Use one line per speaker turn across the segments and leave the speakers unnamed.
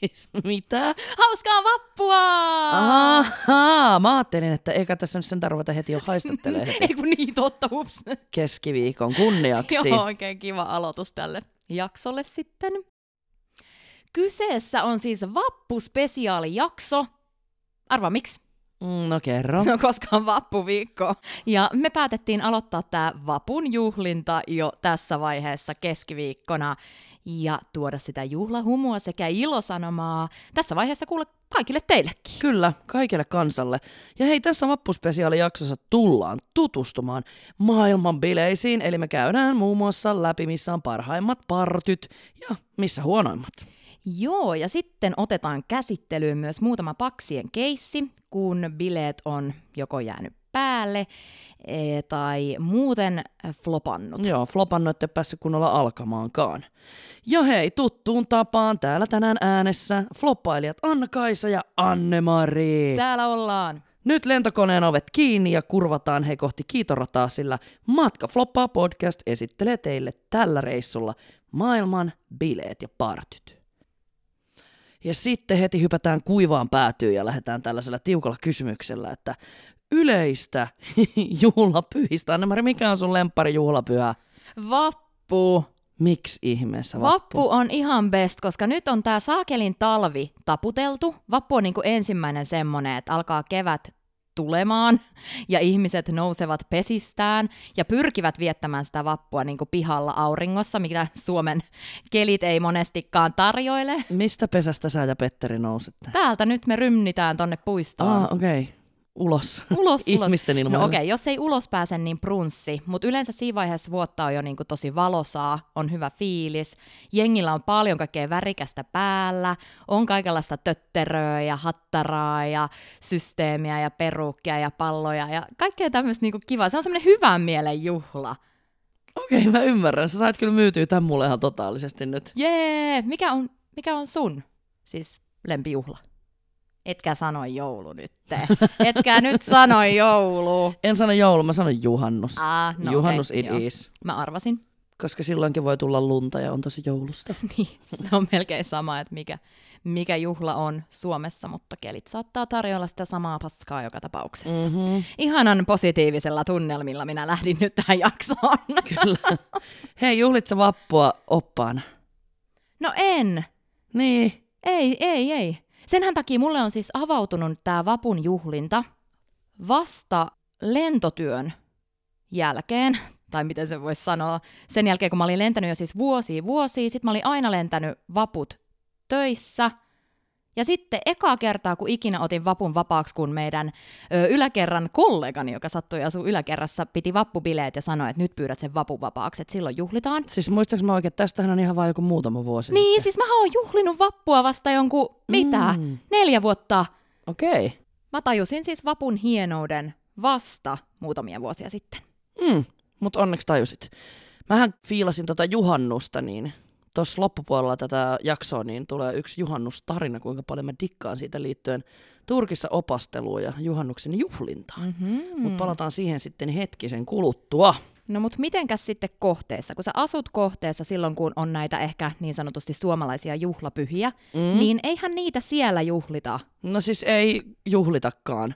Siis mitä? Hauskaa vappua!
Ahaa, mä ajattelin, että eikä tässä nyt sentään ruveta heti jo haistattelemaan heti
Ei kun niin, totta, ups.
keskiviikon kunniaksi.
Joo, oikein kiva aloitus tälle jaksolle sitten. Kyseessä on siis vappuspesiaalijakso. Arva miksi?
Mm, No kerro.
No koska on vappuviikko. Ja me päätettiin aloittaa tämä vapun juhlinta jo tässä vaiheessa keskiviikkona ja tuoda sitä juhlahumua sekä ilosanomaa tässä vaiheessa kuule kaikille teillekin.
Kyllä, kaikille kansalle. Ja hei, tässä vappuspesiaalijaksossa tullaan tutustumaan maailman bileisiin, eli me käydään muun muassa läpi, missä on parhaimmat partyt ja missä huonoimmat.
Joo, ja sitten otetaan käsittelyyn myös muutama paksien keissi, kun bileet on joko jäänyt päälle eh, tai muuten e, flopannut.
Joo, flopan ette päässyt kunnolla alkamaankaan. Ja hei, tuttuun tapaan täällä tänään äänessä floppailijat Anna-Kaisa ja Anne-Mari.
Täällä ollaan.
Nyt lentokoneen ovet kiinni ja kurvataan he kohti kiitorataa, sillä Matka Floppaa podcast esittelee teille tällä reissulla maailman bileet ja partyt. Ja sitten heti hypätään kuivaan päätyyn ja lähdetään tällaisella tiukalla kysymyksellä, että yleistä juhlapyhistä. Annemari, mikä on sun lemppari juhlapyhä?
Vappu.
Miksi ihmeessä
Vappu.
vappu?
Vappu on ihan best, koska nyt on tää saakelin talvi taputeltu. Vappu on niinku ensimmäinen semmonen, että alkaa kevät tulemaan ja ihmiset nousevat pesistään ja pyrkivät viettämään sitä vappua niinku pihalla auringossa, mitä Suomen kelit ei monestikaan tarjoile.
Mistä pesästä sä ja Petteri nousette?
Täältä nyt me rymnitään tonne puistoon.
Ah, okei. Okay. Ulos.
Ulos, ulos.
Ihmisten ilmoille.
No okei, okay, jos ei ulos pääse, niin brunssi. Mutta yleensä siinä vaiheessa vuotta on jo niinku tosi valosaa, on hyvä fiilis. Jengillä on paljon kaikkea värikästä päällä, on kaikenlaista tötteröä ja hattaraa ja systeemiä ja perukkia ja palloja ja kaikkea tämmöistä niinku kivaa. Se on semmoinen hyvän mielen juhla.
Okei, mä ymmärrän. Sä sait kyllä myytyä tämän mulle ihan totaalisesti nyt.
Jee, mikä on, mikä on sun siis lempijuhla? Etkä sano joulu nyt. Etkä nyt sano joulu.
En sano joulu, mä sanon juhannus.
Ah, no
juhannus
okei,
it
joo.
is.
Mä arvasin.
Koska silloinkin voi tulla lunta ja on tosi joulusta.
Niin, se on melkein sama, että mikä, mikä juhla on Suomessa, mutta kelit saattaa tarjolla sitä samaa paskaa joka tapauksessa. Mm.
Mm-hmm.
Ihanan positiivisella tunnelmilla minä lähdin nyt tähän jaksoon.
Kyllä. Hei, juhlit sä vappua oppaana?
No en,
Niin.
ei, ei, ei. Senhän takia mulle on siis avautunut tämä vapun juhlinta vasta lentotyön jälkeen, tai miten se voisi sanoa, sen jälkeen kun mä olin lentänyt jo siis vuosia vuosia, sit mä olin aina lentänyt vaput töissä, ja sitten ekaa kertaa, kun ikinä otin vapun vapaaksi, kun meidän ö, yläkerran kollegani, joka sattui asuu yläkerrassa, piti vappubileet ja sanoi, että nyt pyydät sen vapun vapaaksi, että silloin juhlitaan.
Siis muistaaks mä oikein, että tästähän on ihan vaan joku muutama vuosi.
Niin, siis mä oon juhlinut vappua vasta jonkun, mitä,
Mm.
neljä vuotta.
Okei. Okay.
Mä tajusin siis vapun hienouden vasta muutamia vuosia sitten.
Mm, mutta onneksi tajusit. Mähän fiilasin tota juhannusta, niin tuossa loppupuolella tätä jaksoa niin tulee yksi juhannustarina, kuinka paljon mä dikkaan siitä liittyen Turkissa opasteluun ja juhannuksen juhlintaan.
Mm-hmm.
Mutta palataan siihen sitten hetkisen kuluttua.
No mut mitenkäs sitten kohteessa? Kun sä asut kohteessa silloin, kun on näitä ehkä niin sanotusti suomalaisia juhlapyhiä, mm. niin eihän niitä siellä juhlita.
No siis ei juhlitakaan.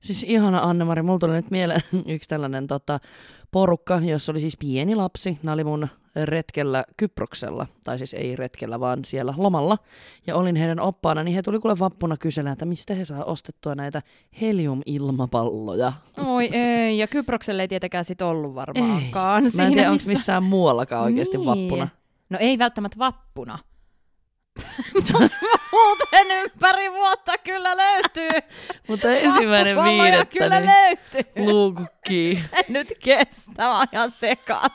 Siis ihana Annemari, mulla tuli nyt mieleen yksi tällainen tota, porukka, jossa oli siis pieni lapsi. Nämä oli mun retkellä Kyproksella, tai siis ei retkellä, vaan siellä lomalla. Ja olin heidän oppaana, niin he tuli kuule vappuna kyselemään, että mistä he saa ostettua näitä helium-ilmapalloja.
Oi ei, ja Kyprokselle ei tietenkään sit ollut varmaankaan.
Mä en
siinä
tiedä, onko missään muuallakaan oikeasti
Niin.
vappuna.
No ei välttämättä vappuna. Mutta muuten ympäri vuotta kyllä löytyy.
Mutta ensimmäinen
Vappupalloja
viidettä,
kyllä
niin
löytyy.
luukukki.
En nyt kestä, mä oon ihan sekas.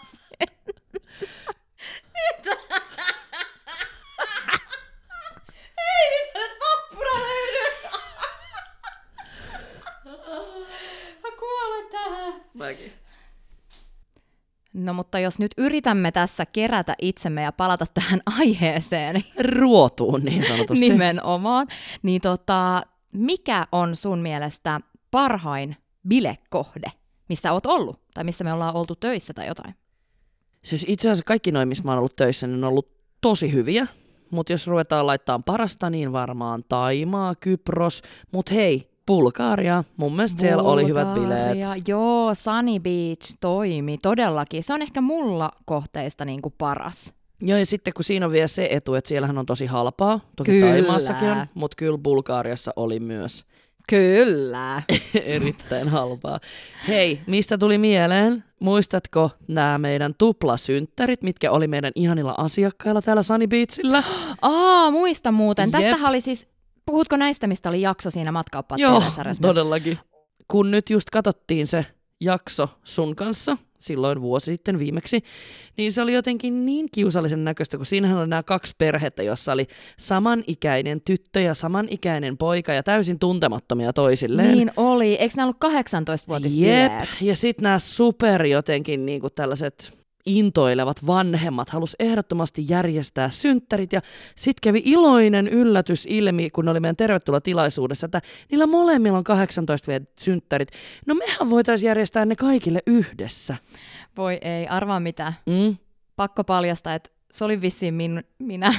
Ei nyt edes vappuna löydy. Mä kuolen tähän.
Mäkin.
No mutta jos nyt yritämme tässä kerätä itsemme ja palata tähän aiheeseen
Ruotuun niin sanotusti.
nimenomaan, niin tota, mikä on sun mielestä parhain bilekohde, missä oot ollut tai missä me ollaan oltu töissä tai jotain?
Siis itse asiassa kaikki noin, missä mä oon ollut töissä, niin ne on ollut tosi hyviä. mutta jos ruvetaan laittaa parasta, niin varmaan Taimaa, Kypros, mutta hei, Bulgaria, mun mielestä siellä oli hyvät bileet.
Bulgaria. Joo, Sunny Beach toimi todellakin. Se on ehkä mulla kohteista niin kuin paras.
Joo, ja sitten kun siinä on vielä se etu, että siellähän on tosi halpaa, toki
Kyllä.
Taimaassakin on, mutta kyllä Bulgaariassa oli myös
Kyllä.
erittäin halpaa. Hei, mistä tuli mieleen? Muistatko nämä meidän tuplasynttärit, mitkä oli meidän ihanilla asiakkailla täällä Sunny Beachillä?
Aa, muista muuten.
Jep.
Tästähän oli siis, puhutko näistä, mistä oli jakso siinä matkaoppaat TVSRS myös?
todellakin. Kun nyt just katsottiin se jakso sun kanssa, silloin vuosi sitten viimeksi, niin se oli jotenkin niin kiusallisen näköistä, kun siinähän oli nämä kaksi perhettä, jossa oli samanikäinen tyttö ja samanikäinen poika ja täysin tuntemattomia toisilleen.
Niin oli. Eikö nämä ollut 18-vuotisbileet?
Ja sitten nämä super jotenkin niinku tällaiset intoilevat vanhemmat halus ehdottomasti järjestää synttärit ja sitten kävi iloinen yllätys ilmi, kun ne oli meidän tervetuloa tilaisuudessa, että niillä molemmilla on 18 vielä synttärit. No mehän voitaisiin järjestää ne kaikille yhdessä.
Voi ei, arvaa mitä.
Mm.
Pakko paljastaa, että se oli vissiin min- minä.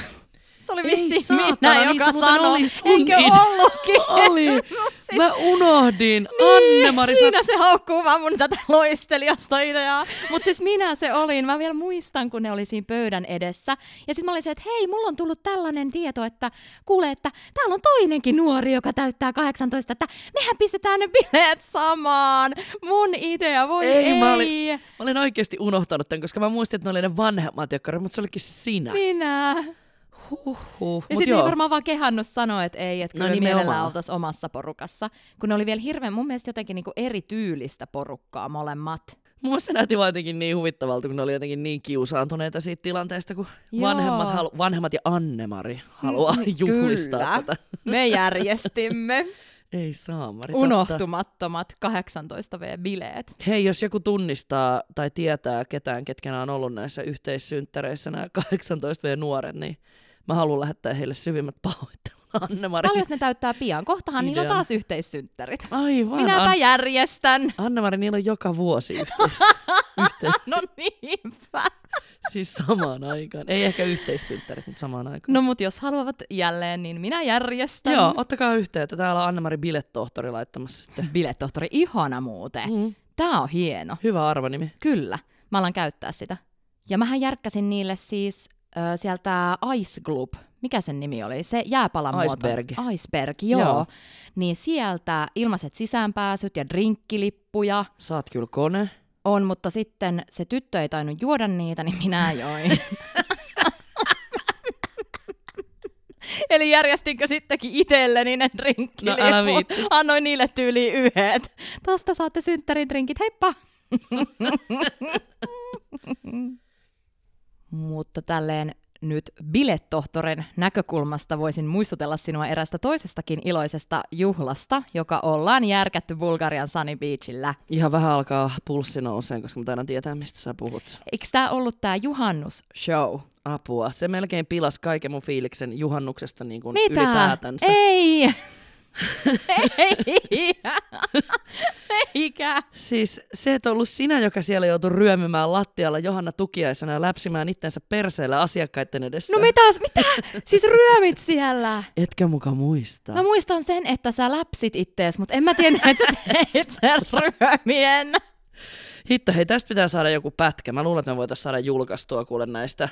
Se oli
Ei
vissiin
saatana,
minä,
niin
joka
se muuten
sanoi.
oli sun
Eikö
idea.
ollutkin?
Oli.
Siis-
Mä unohdin.
Niin,
Anne-Mari, sä
siinä se haukkuu vaan mun tätä loistelijasta ideaa. Mutta siis minä se olin. Mä vielä muistan, kun ne oli siinä pöydän edessä. Ja sitten mä olin se, että hei, mulla on tullut tällainen tieto, että kuule, että täällä on toinenkin nuori, joka täyttää 18, että mehän pistetään ne bileet samaan. Mun idea, voi ei.
Ei,
ei.
mä olin- Mä olin oikeasti unohtanut tämän, koska mä muistin, että ne oli ne vanhemmat, jotka mutta se olikin sinä.
Minä.
Huhhuh.
Niin. Ja niinku
Mut
sitten ei
joo.
varmaan vaan kehannut sanoa, että ei, että
No
kyllä no, mielellään
nimenomaan.
oltaisiin omassa porukassa. Kun ne oli vielä hirveän mun mielestä jotenkin niinku erityylistä porukkaa molemmat.
Mun mielestä se näytti vaan jotenkin niin huvittavalta, kun ne oli jotenkin niin kiusaantuneita siitä tilanteesta, kun
Joo.
vanhemmat, halu- vanhemmat ja Anne-Mari haluaa juhlistaa
Niin, kyllä.
tätä.
Me järjestimme
Ei saa, Mari. totta.
unohtumattomat 18V-bileet.
Hei, jos joku tunnistaa tai tietää ketään, ketkä nämä on ollut näissä yhteissynttäreissä, nämä 18V-nuoret, niin mä haluan lähettää heille syvimmät pahoittelut, Anne-Mari.
Paljon ne täyttää pian? Kohtahan niillä on
Ideana.
taas yhteissynttärit.
Aivan.
Minäpä
An-
järjestän.
Anne-Mari, niillä on joka vuosi yhteis- yhteis-
No niinpä.
siis samaan aikaan. Ei ehkä yhteissynttärit, mutta samaan aikaan.
No mut jos haluavat jälleen, niin minä järjestän.
Joo, ottakaa yhteyttä. Täällä on Anne-Mari Bilettohtori laittamassa sitten.
Biletohtori, ihana muuten.
Mm.
Tää on hieno.
Hyvä arvonimi.
Kyllä, mä alan käyttää sitä. Ja mähän järkkäsin niille siis ö, sieltä Ice Gloop, mikä sen nimi oli? Se jääpalan
Iceberg.
Muoto. Iceberg, joo. joo.
Joo.
Niin sieltä ilmaiset sisäänpääsyt ja drinkkilippuja
Sä oot kyllä kone.
on, mutta sitten se tyttö ei tainnut juoda niitä, niin minä join. Eli järjestinkö sittenkin itselleni ne drinkkiliput?
No älä viitti.
Annoin niille tyyliin yhdet. Tosta saatte synttärin drinkit, heippa! Mutta tälleen nyt bilettohtoren näkökulmasta voisin muistutella sinua erästä toisestakin iloisesta juhlasta, joka ollaan järkätty Bulgarian Sunny Beachillä.
Ihan vähän alkaa pulssi nouseen, koska mä taidan tietää, mistä sä puhut.
Eikö tämä ollut tämä juhannusshow?
Apua. Se melkein pilas kaiken mun fiiliksen juhannuksesta niin kuin
Mitä?
ylipäätänsä.
Ei! Ei! Eikä!
Siis se, että on ollut sinä, joka siellä joutui ryömimään lattialla Johanna Tukiaisena ja läpsimään itsensä perseellä asiakkaiden edessä.
No mitäs, mitä? Siis ryömit siellä!
Etkä muka muista.
Mä muistan sen, että sä läpsit ittees, mutta en mä tiedä, että sä teit sen ryömien.
Hitto, hei, tästä pitää saada joku pätkä. Mä luulen, että me voitaisiin saada julkaistua kuule näistä,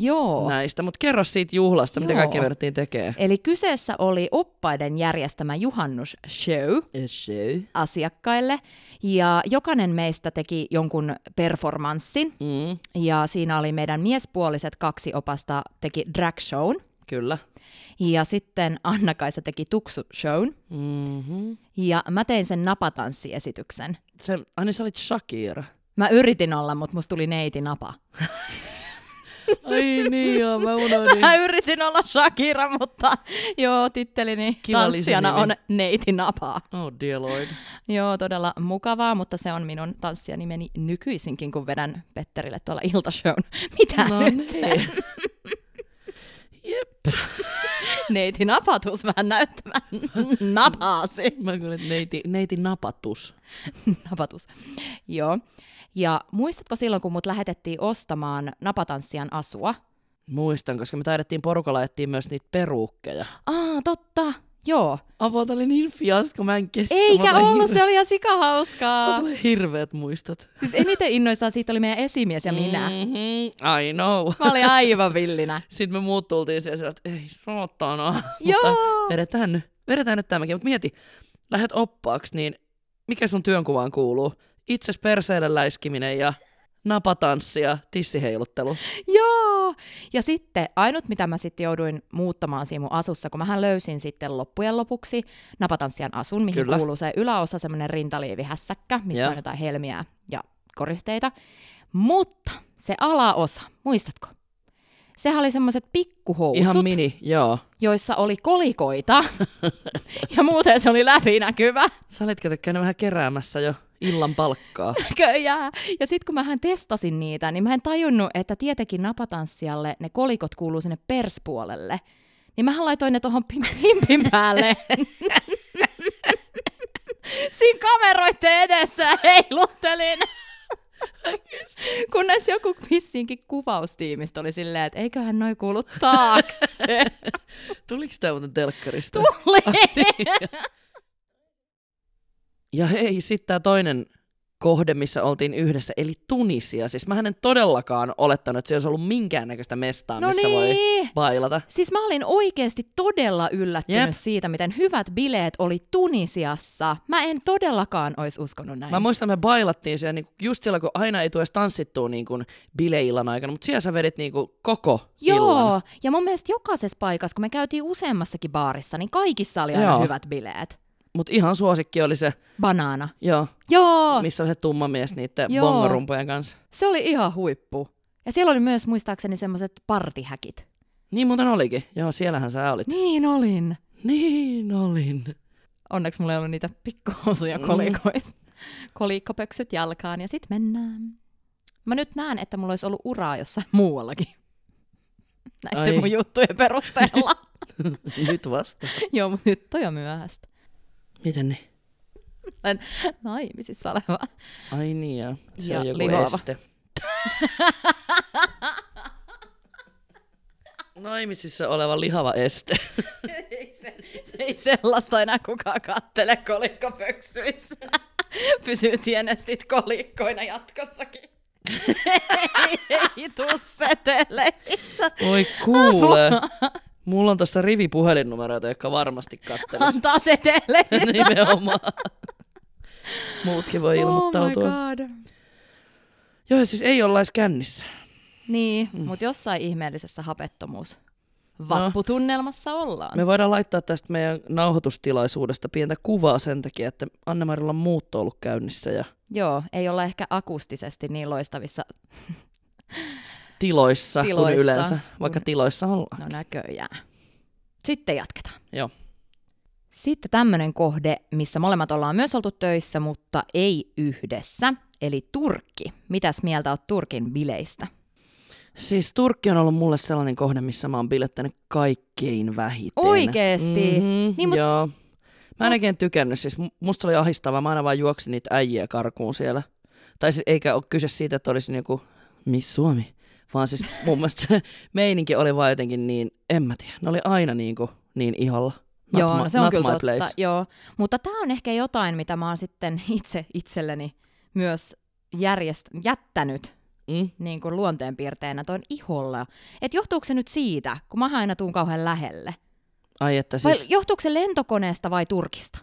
Joo.
näistä. mutta kerro siitä juhlasta, mitä
Joo.
kaikkea me vedettiin tekee.
Eli kyseessä oli oppaiden järjestämä juhannusshow asiakkaille, ja jokainen meistä teki jonkun performanssin,
Mm,
ja siinä oli meidän miespuoliset kaksi opasta teki drag shown,
kyllä.
ja sitten Anna-Kaisa teki tuksu shown,
Mm-hmm.
ja mä tein sen napatanssiesityksen.
Se, ai niin sä olit Shakira.
Mä yritin olla, mutta musta tuli neiti napa.
Ai niin joo, mä unohdin.
Mä yritin olla Shakira, mutta joo, tittelini
Kiva
tanssijana on
lisänimi.
neiti napaa.
Oh dear lord.
Joo, todella mukavaa, mutta se on minun tanssijanimeni nykyisinkin, kun vedän Petterille tuolla iltashown. Mitä no,
No
nyt?
niin. Jep.
Neiti napatus vähän näyttämään napaasi.
Mä kuulin, neiti, neiti napatus.
Napatus. Joo. Ja muistatko silloin, kun mut lähetettiin ostamaan napatanssijan asua?
Muistan, koska me taidettiin porukalla etsiä myös niitä peruukkeja.
Aa, totta. Joo.
Avota oli niin fiasko, mä en kestä.
Eikä
Mä tulen
ollut,
hirve-
se oli ihan
Mä
sikahauskaa.
tulee hirveät muistot.
Siis eniten innoissaan siitä oli meidän esimies ja minä.
Mm-hmm, I know.
Niin. Mä olin aivan villinä.
Sitten me muut tultiin siellä, sillä, että ei saatana. Mutta
Joo.
vedetään nyt, vedetään nyt tämäkin. Mutta mieti, lähdet oppaaksi, niin mikä sun työnkuvaan kuuluu? Itses perseille läiskiminen ja napatanssi ja tissiheiluttelu.
Joo! Ja sitten ainut, mitä mä sitten jouduin muuttamaan siinä mun asussa, kun mähän löysin sitten loppujen lopuksi napatanssijan asun, mihin
Kyllä.
Kyllä. kuuluu se yläosa, semmoinen rintaliivihässäkkä, missä
Joo.
ja. on jotain helmiä ja koristeita. Mutta se alaosa, muistatko? Sehän oli semmoiset pikkuhousut,
Ihan mini, joo.
joissa oli kolikoita ja muuten se oli läpinäkyvä.
Sä olit kato käynyt vähän keräämässä jo illan palkkaa.
Köjää. Ja sitten kun mähän testasin niitä, niin mä en tajunnut, että tietenkin napatanssijalle ne kolikot kuuluu sinne perspuolelle. Niin mähän laitoin ne tuohon pim- pimpin päälle. Siinä kameroiden edessä heiluttelin. Kunnes joku vissiinkin kuvaustiimistä oli silleen, että eiköhän noi kuulu taakse.
Tuliko tää muuten telkkarista?
Tuli.
Ja hei, sitten tämä toinen kohde, missä oltiin yhdessä, eli Tunisia. Siis mä en todellakaan olettanut, että se olisi ollut minkäännäköistä mestaa,
No
missä voi
niin.
bailata.
Siis mä olin oikeasti todella yllättynyt
Jep.
Jep. siitä, miten hyvät bileet oli Tunisiassa. Mä en todellakaan olisi uskonut näin.
Mä muistan, me bailattiin siellä niinku just silloin, kun aina ei tule edes tanssittua niinku bileillan aikana, mutta siellä sä vedit niinku koko illan.
Joo, ja mun mielestä jokaisessa paikassa, kun me käytiin useammassakin baarissa, niin kaikissa oli aina
Joo.
hyvät bileet.
Mutta ihan suosikki oli se,
Banaana.
joo,
Joo,
missä oli se tumma mies niiden
Oh. Joo.
bongorumpojen kanssa.
se oli ihan huippu. Ja siellä oli myös muistaakseni semmoiset partihäkit.
Niin muuten olikin. Joo, siellähän sä olit.
Niin olin.
Niin olin.
Onneksi mulla ei ollut niitä pikkuhousuja
Mm.
kolikoissa. Kolikkopöksyt jalkaan ja sit mennään. Mä nyt näen, että mulla olisi ollut uraa jossain muuallakin. Näiden
Ai.
mun juttujen perusteella.
Nyt vasta.
Joo, mutta nyt toi on myöhäistä.
Miten niin?
Olen naimisissa oleva.
Ai niin, joo. Se
Ja
on joku
lihoava.
este. Naimisissa oleva lihava este.
ei, se, se ei sellaista enää kukaan kattele kolikkopöksyissä. Pysyy tienestit kolikkoina jatkossakin. ei tuu seteleitä.
Oi kuule. Mulla on tuossa rivi puhelinnumeroita, jotka varmasti kattelis.
Antaa seteleitä.
Nimenomaan. Muutkin voi ilmoittautua.
Oh my God.
Joo, siis ei olla edes kännissä.
Niin, mm. mutta jossain ihmeellisessä hapettomuus vapputunnelmassa ollaan.
Me voidaan laittaa tästä meidän nauhoitustilaisuudesta pientä kuvaa sen takia, että Anne-Marilla on muutto ollut käynnissä ja
Joo, ei olla ehkä akustisesti niin loistavissa,
tiloissa, tiloissa.
Tiloissa.
kuin yleensä, vaikka tiloissa ollaan.
no näköjään. Sitten jatketaan.
Joo.
Sitten tämmöinen kohde, missä molemmat ollaan myös oltu töissä, mutta ei yhdessä, eli Turkki. Mitäs mieltä oot Turkin bileistä?
Siis Turkki on ollut mulle sellainen kohde, missä mä oon bilettänyt kaikkein vähiten.
Oikeesti?
Mm-hmm, niin,
Niin, mut-
joo. Mä en oikein tykännyt, siis mu- musta oli ahistavaa, mä aina vaan juoksin niitä äijiä karkuun siellä. Tai siis eikä ole kyse siitä, että olisin joku Miss Suomi, vaan siis mun mielestä se meininki oli vaan jotenkin niin, en mä tiedä, ne oli aina niin, kuin, niin iholla. Not
joo,
my,
no se on
not
kyllä
my
totta.
place.
Joo. Mutta tämä on ehkä jotain, mitä mä oon sitten itse itselleni myös järjest- jättänyt
Mm.
niin kuin luonteenpiirteenä tuon iholla. Et johtuuko se nyt siitä, kun mä aina tuun kauhean lähelle?
Ai että siis,
Vai johtuuko se lentokoneesta vai Turkista?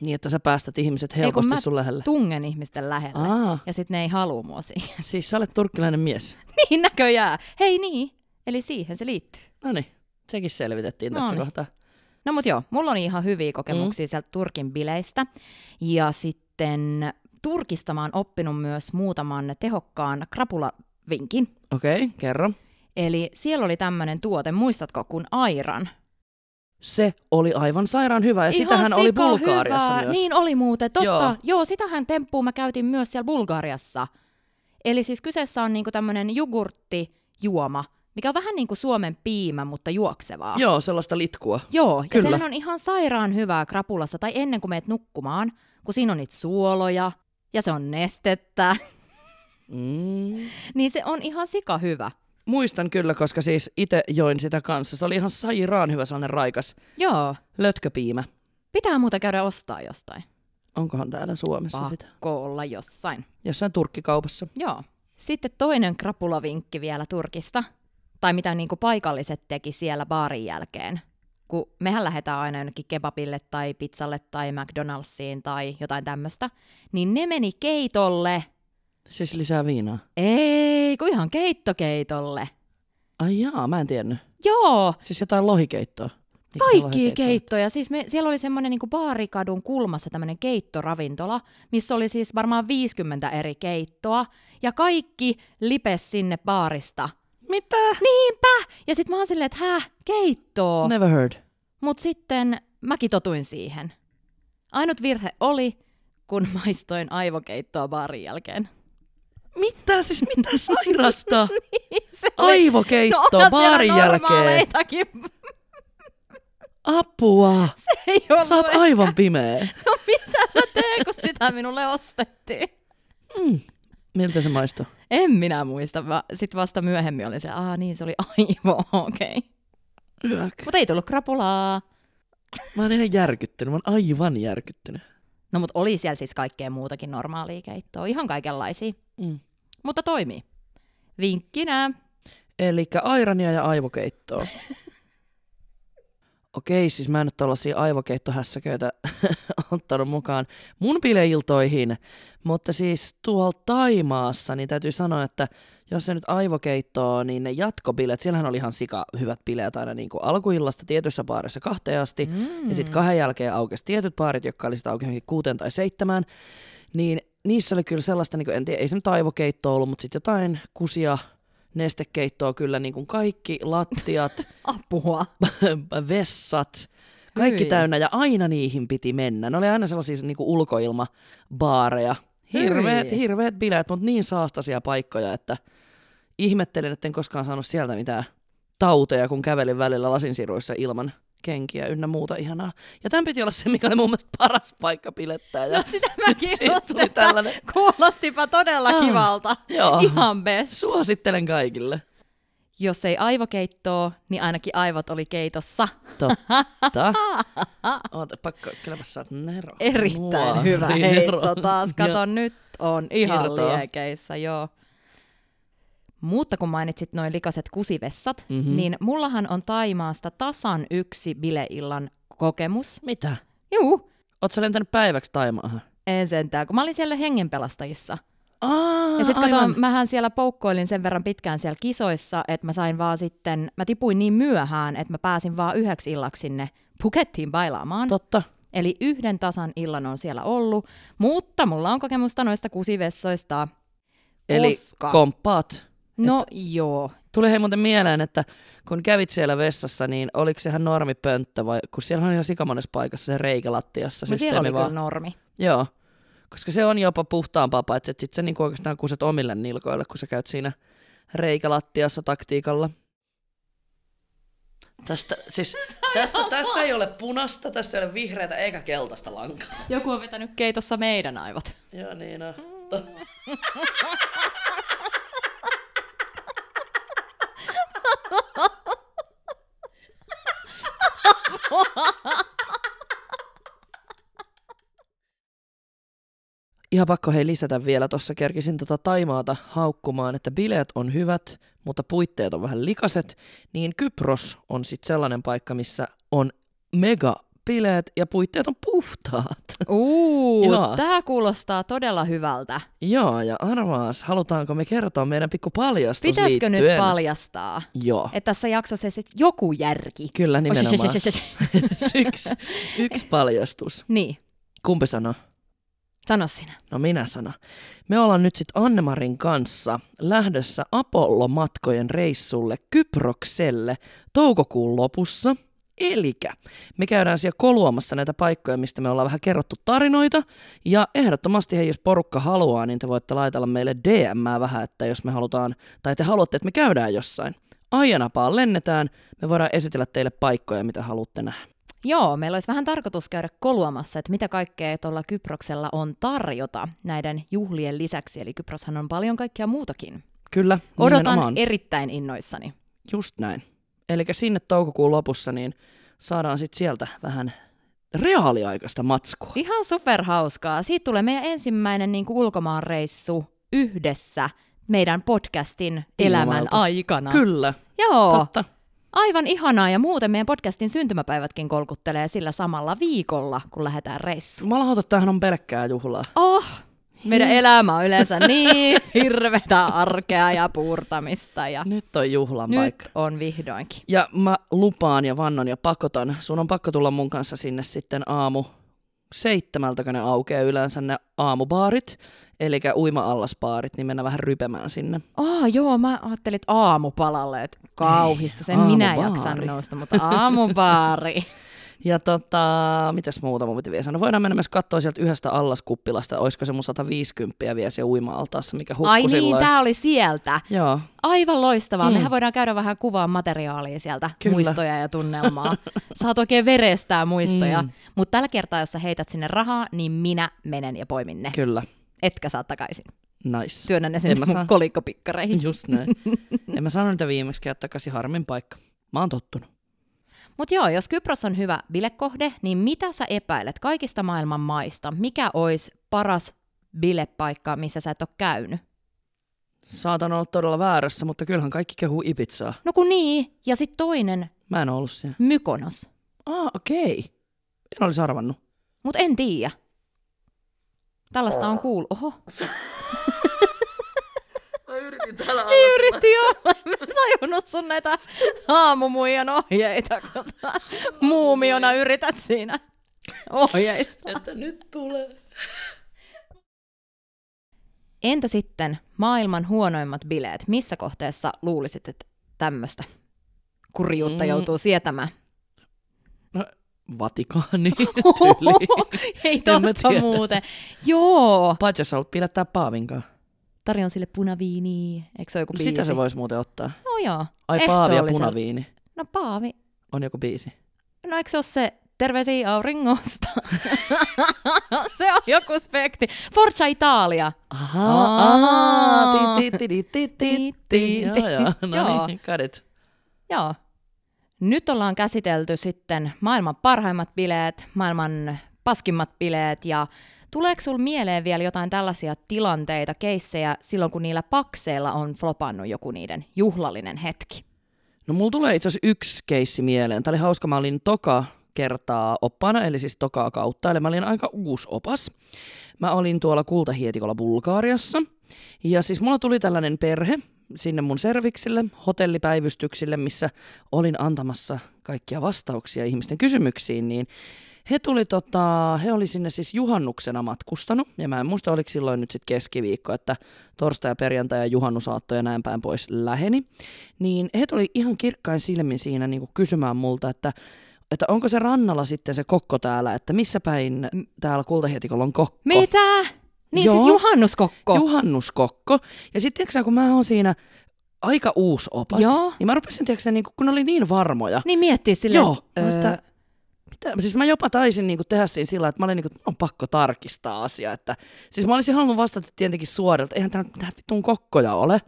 niin että sä päästät ihmiset
kun
helposti
mä-
sun lähelle.
Tungen ihmisten lähelle. Ah.
Aa,
Ja sitten ne ei halua mua siihen.
siis sä olet turkkilainen mies.
niin näköjään. Hei niin. Eli siihen se liittyy.
No niin, sekin selvitettiin tässä
Noniin.
kohtaa.
No mut joo, mulla on ihan hyviä kokemuksia mm. sieltä Turkin bileistä. Ja sitten Turkista mä oon oppinut myös muutaman tehokkaan krapulavinkin.
Okei, okay, kerro.
Eli siellä oli tämmöinen tuote, muistatko, kun airan.
Se oli aivan sairaan hyvä ja
Ihan
sitähän oli
sika
Bulgaariassa
hyvää.
myös.
Niin oli muuten, totta.
Joo.
Joo, joo sitähän temppuun mä käytin myös siellä Bulgariassa. Eli siis kyseessä on niinku tämmöinen jogurttijuoma, mikä on vähän niin kuin Suomen piimä, mutta juoksevaa.
Joo, sellaista litkua.
Joo,
Kyllä.
ja sehän on ihan sairaan hyvää krapulassa tai ennen kuin meet nukkumaan, kun siinä on niitä suoloja ja se on nestettä,
Mm.
niin se on ihan sika hyvä.
Muistan kyllä, koska siis itse join sitä kanssa. Se oli ihan sairaan hyvä sellainen raikas
Joo,
lötköpiimä.
pitää muuta käydä ostaa jostain.
Onkohan täällä Suomessa sitä?
Pakko olla jossain.
Ah. Jossain turkkikaupassa.
Joo. Sitten toinen krapulavinkki vielä Turkista, tai mitä niin kuin paikalliset teki siellä baarin jälkeen. Kun mehän lähdetään aina jonnekin kebabille tai pizzalle tai McDonald'siin tai jotain tämmöistä, niin ne meni keitolle.
Siis lisää viinaa.
Ei, kun ihan keittokeitolle.
Ai jaa, mä en tiennyt.
Joo,
Siis jotain lohikeittoa. Eikö se
kaikki
lohikeitto ole?
keittoja. Siis me, siellä oli semmoinen niin baarikadun kulmassa tämmöinen keittoravintola, missä oli siis varmaan 50 eri keittoa. Ja kaikki lipes sinne baarista.
Mitä?
Niinpä! Ja sit mä oon silleen, että häh, keittoa. Ne.
Never heard.
Mut sitten mäkin totuin siihen. Ainut virhe oli, kun maistoin aivokeittoa baarin jälkeen.
Mitä? Siis mitä sairasta?
Se oli-
Aivokeitto
No, onhan siellä
baarin jälkeen.
normaaleitakin.
Apua.
Se ei ollut.
Sä oot aivan pimeä.
No mitä mä teen, kun sitä minulle ostettiin?
Miltä se maistuu?
En minä muista. Sitten vasta myöhemmin oli se, aa niin, se oli aivo, okei. Okay.
Yök.
Mutta ei tullut krapulaa.
Mä oon ihan järkyttynyt. Mä oon aivan järkyttynyt.
No mutta oli siellä siis kaikkea muutakin normaalia keittoa, ihan kaikenlaisia.
Mm.
Mutta toimii. Vinkkinä.
Eli airania ja aivokeittoa. Okei, siis mä en nyt tällaisia aivokeittohässäköitä ottanut mukaan mun bileiltoihin, mutta siis tuolla Taimaassa, niin täytyy sanoa, että jos se nyt aivokeittoa, niin ne jatkobileet, siellähän oli ihan sika hyvät bileet aina niin kuin alkuillasta tietyssä baarissa kahteen asti,
Mm.
ja sitten kahden jälkeen aukesi tietyt baarit, jotka oli sitten auki johonkin kuuteen tai seitsemään, niin niissä oli kyllä sellaista, niin kuin, en tiedä, ei se nyt aivokeittoa ollut, mutta sitten jotain kusia, nestekeittoa kyllä, niin kuin kaikki lattiat,
Apua.
vessat, kaikki
Hyi.
täynnä ja aina niihin piti mennä. Ne oli aina sellaisia niin kuin ulkoilmabaareja. Hirveet,
Hyi.
hirveet bileet, mutta niin saastaisia paikkoja, että ihmettelin, että en koskaan saanut sieltä mitään tauteja, kun kävelin välillä lasinsiruissa ilman kenkiä ynnä muuta ihanaa. Ja tämän piti olla se, mikä oli mun mielestä paras paikka bilettää. Ja
No sitä mäkin
Siitä tuli
ostin.
tällainen.
Kuulostipa todella
Ah.
kivalta.
Joo.
Ihan best.
Suosittelen kaikille.
Jos ei aivokeittoa, niin ainakin aivot oli keitossa.
Totta. Oota, pakko, kylläpä sä oot nero.
Erittäin
Mua
hyvä
nero.
heitto taas. Kato,
Joo.
nyt on ihan
Irtoaa.
liekeissä, joo. Mutta kun mainitsit noin likaset kusivessat,
Mhm.
mm-hmm. niin mullahan on Taimaasta tasan yksi bileillan kokemus.
Mitä?
Juu,
Oot sä lentänyt päiväksi Taimaahan?
en sentään, kun mä olin siellä hengenpelastajissa.
Aa,
Ja sitten kato, mähän siellä poukkoilin sen verran pitkään siellä kisoissa, että mä sain vaan sitten, mä tipuin niin myöhään, että mä pääsin vaan yhdeksi illaksi sinne Pukettiin bailaamaan.
Totta.
Eli yhden tasan illan on siellä ollut, mutta mulla on kokemusta noista kusivessoista.
Eli
Koska-
komppaat.
No joo.
Tuli hei muuten mieleen, että kun kävit siellä vessassa, niin oliko se ihan normipönttö vai, kun siellä on ihan sikamonessa paikassa se reikä lattiassa.
No siellä oli
systeemi vaan.
kyllä normi.
Joo. Koska se on jopa puhtaampaa, paitsi että sit sä niinku oikeastaan kuset omille nilkoille, kun sä käyt siinä reikälattiassa taktiikalla. Tästä, siis, tässä, tässä ei ole punasta, tässä ei ole vihreätä eikä keltaista lankaa.
Joku on vetänyt keitossa meidän aivot.
Joo, niin on. To- Ihan pakko hei lisätä vielä, tuossa kerkisin tota Taimaata haukkumaan, että bileet on hyvät, mutta puitteet on vähän likaset, niin Kypros on sitten sellainen paikka, missä on mega bileet ja puitteet on puhtaat.
Uu,
Joo.
tää kuulostaa todella hyvältä.
Joo, ja arvaas, halutaanko me kertoa meidän pikku paljastus
Pitäisikö nyt
liittyen?
paljastaa,
Joo,
että tässä jaksossa sit joku järki?
kyllä
Oi, se, se,
nimenomaan.
se, se, se.
yksi, yksi paljastus.
Niin,
Kumpi sanoo?
sano sinä.
No minä sana. Me ollaan nyt sitten Annemarin kanssa lähdössä Apollo-matkojen reissulle Kyprokselle toukokuun lopussa. Elikä me käydään siellä koluamassa näitä paikkoja, mistä me ollaan vähän kerrottu tarinoita. Ja ehdottomasti, hei, jos porukka haluaa, niin te voitte laitella meille DM vähän, että jos me halutaan, tai te haluatte, että me käydään jossain. Ajanapaan lennetään, me voidaan esitellä teille paikkoja, mitä haluatte nähdä.
Joo, meillä olisi vähän tarkoitus käydä koluamassa, että mitä kaikkea tuolla Kyproksella on tarjota näiden juhlien lisäksi. Eli Kyproshan on paljon kaikkea muutakin
Kyllä,
Odotan
Niin nimenomaan.
erittäin innoissani.
Just näin. Eli sinne toukokuun lopussa niin saadaan sitten sieltä vähän reaaliaikaista matskua.
Ihan superhauskaa. Siitä tulee meidän ensimmäinen niin ulkomaanreissu yhdessä meidän podcastin
Tiimamalta.
elämän aikana.
Kyllä,
Joo,
totta.
aivan ihanaa. Ja muuten meidän podcastin syntymäpäivätkin kolkuttelee sillä samalla viikolla, kun lähdetään reissuun.
Jumalauta, tämähän on pelkkää juhlaa.
Oh, meidän
Yes.
elämä on yleensä niin hirvetä arkea ja puurtamista. Ja
Nyt on juhlan
nyt
paikka.
on vihdoinkin.
Ja mä lupaan ja vannon ja pakotan. Sun on pakko tulla mun kanssa sinne sitten aamu seitsemältä, kun ne aukeaa yleensä ne aamubaarit. Eli uima-allasbaarit, niin mennään vähän rypemään sinne.
Aa, joo, mä ajattelin, että aamupalalle, että kauhistu, sen minä
aamubaari.
jaksan nousta, mutta aamubaari.
Ja tota, mitäs muuta mun piti vielä sanoa? Voidaan mennä myös katsoa sieltä yhdestä allaskuppilasta, olisiko se mun 150 vielä siellä uima-altaassa, mikä hukkui
Ai niin,
silloin.
tämä oli sieltä.
Joo,
Aivan loistavaa.
Mm.
Mm. Mehän voidaan käydä vähän kuvaa materiaalia sieltä,
Kyllä.
Kyllä. muistoja ja tunnelmaa. Saat oikein verestää muistoja.
Mm.
Mm. Mutta tällä kertaa, jos sä heität sinne rahaa, niin minä menen ja poimin ne.
kyllä.
Etkä saa takaisin.
Nice.
Työnnän ne sinne
En mä saa.
mun kolikkopikkareihin.
Just näin. en mä sano niitä viimeksi, että takaisin harmin paikka. Mä oon tottunut.
Mutta joo, jos Kypros on hyvä bilekohde, niin mitä sä epäilet kaikista maailman maista? Mikä olisi paras bilepaikka, missä sä et ole käynyt?
Saatan olla todella väärässä, mutta kyllähän kaikki kehuu Ibizaa.
No kun niin. Ja sitten toinen,
Mä en oo ollut siellä.
Mykonos.
Ah, okei. Okay. En olisi arvannut.
Mutta en tiedä. Tällaista on kuullut. Oho.
Mä yritin täällä
Ei yritti olla. Mä en tajunnut sun näitä aamumuijan ohjeita, kun sä muumiona yrität siinä ohjeista.
Että nyt tulee.
Entä sitten maailman huonoimmat bileet? Missä kohteessa luulisit, että tämmöistä kurjuutta
Mm.
joutuu sietämään?
Vatikaani tyyliin.
Ei
En mä
totta
tiedä.
muuten. Joo.
Paitsi jos sä haluat pidättää paavinkaan.
Tarjon sille punaviiniä. Eikö se ole joku biisi?
No Sitä se voisi muuten ottaa.
No joo.
Ai paavi ja
Ehtoollisella.
punaviini.
No paavi.
On joku biisi.
No eikö se ole se terveisiä auringosta? se on joku spekti. Forza Italia.
Ahaa,
ahaa.
ti- ti- ti- ti- ti- ti- ti. Joo, joo. No niin, got it.
Joo. Nyt ollaan käsitelty sitten maailman parhaimmat bileet, maailman paskimmat bileet ja tuleeko sul mieleen vielä jotain tällaisia tilanteita, keissejä silloin kun niillä pakseilla on flopannut joku niiden juhlallinen hetki?
No mulla tulee itse asiassa yksi keissi mieleen. Tää oli hauska, mä olin toka kertaa oppaana, eli siis tokaa kautta, eli mä olin aika uusi opas. Mä olin tuolla kultahietikolla Bulgaariassa, ja siis mulla tuli tällainen perhe sinne mun serviksille, hotellipäivystyksille, missä olin antamassa kaikkia vastauksia ihmisten kysymyksiin, niin he tuli tota, he oli sinne siis juhannuksena matkustanut, ja mä en muista oliko silloin nyt sitten keskiviikko, että torstai ja perjantai ja juhannusaatto ja näin päin pois läheni, niin he tuli ihan kirkkain silmin siinä niin kuin kysymään multa, että että onko se rannalla sitten se kokko täällä, että missä päin täällä kultahietikolla on kokko.
Mitä? Niin
Oh. Joo.
siis juhannuskokko.
Juhannuskokko. Ja sitten tiedätkö sä, kun mä oon siinä aika uusi opas,
Joo.
niin mä rupesin, tiedätkö sä, niin kun ne oli niin varmoja.
Niin miettii silleen,
Joo.
että,
Öö...
öö,
Sitä, mitä? Siis mä jopa taisin niin tehdä siinä sillä, lailla, että mä olin niin kuin, on pakko tarkistaa asia. Että, siis mä olisin halunnut vastata tietenkin suoraan, että eihän tää nyt mitään vitun kokkoja ole.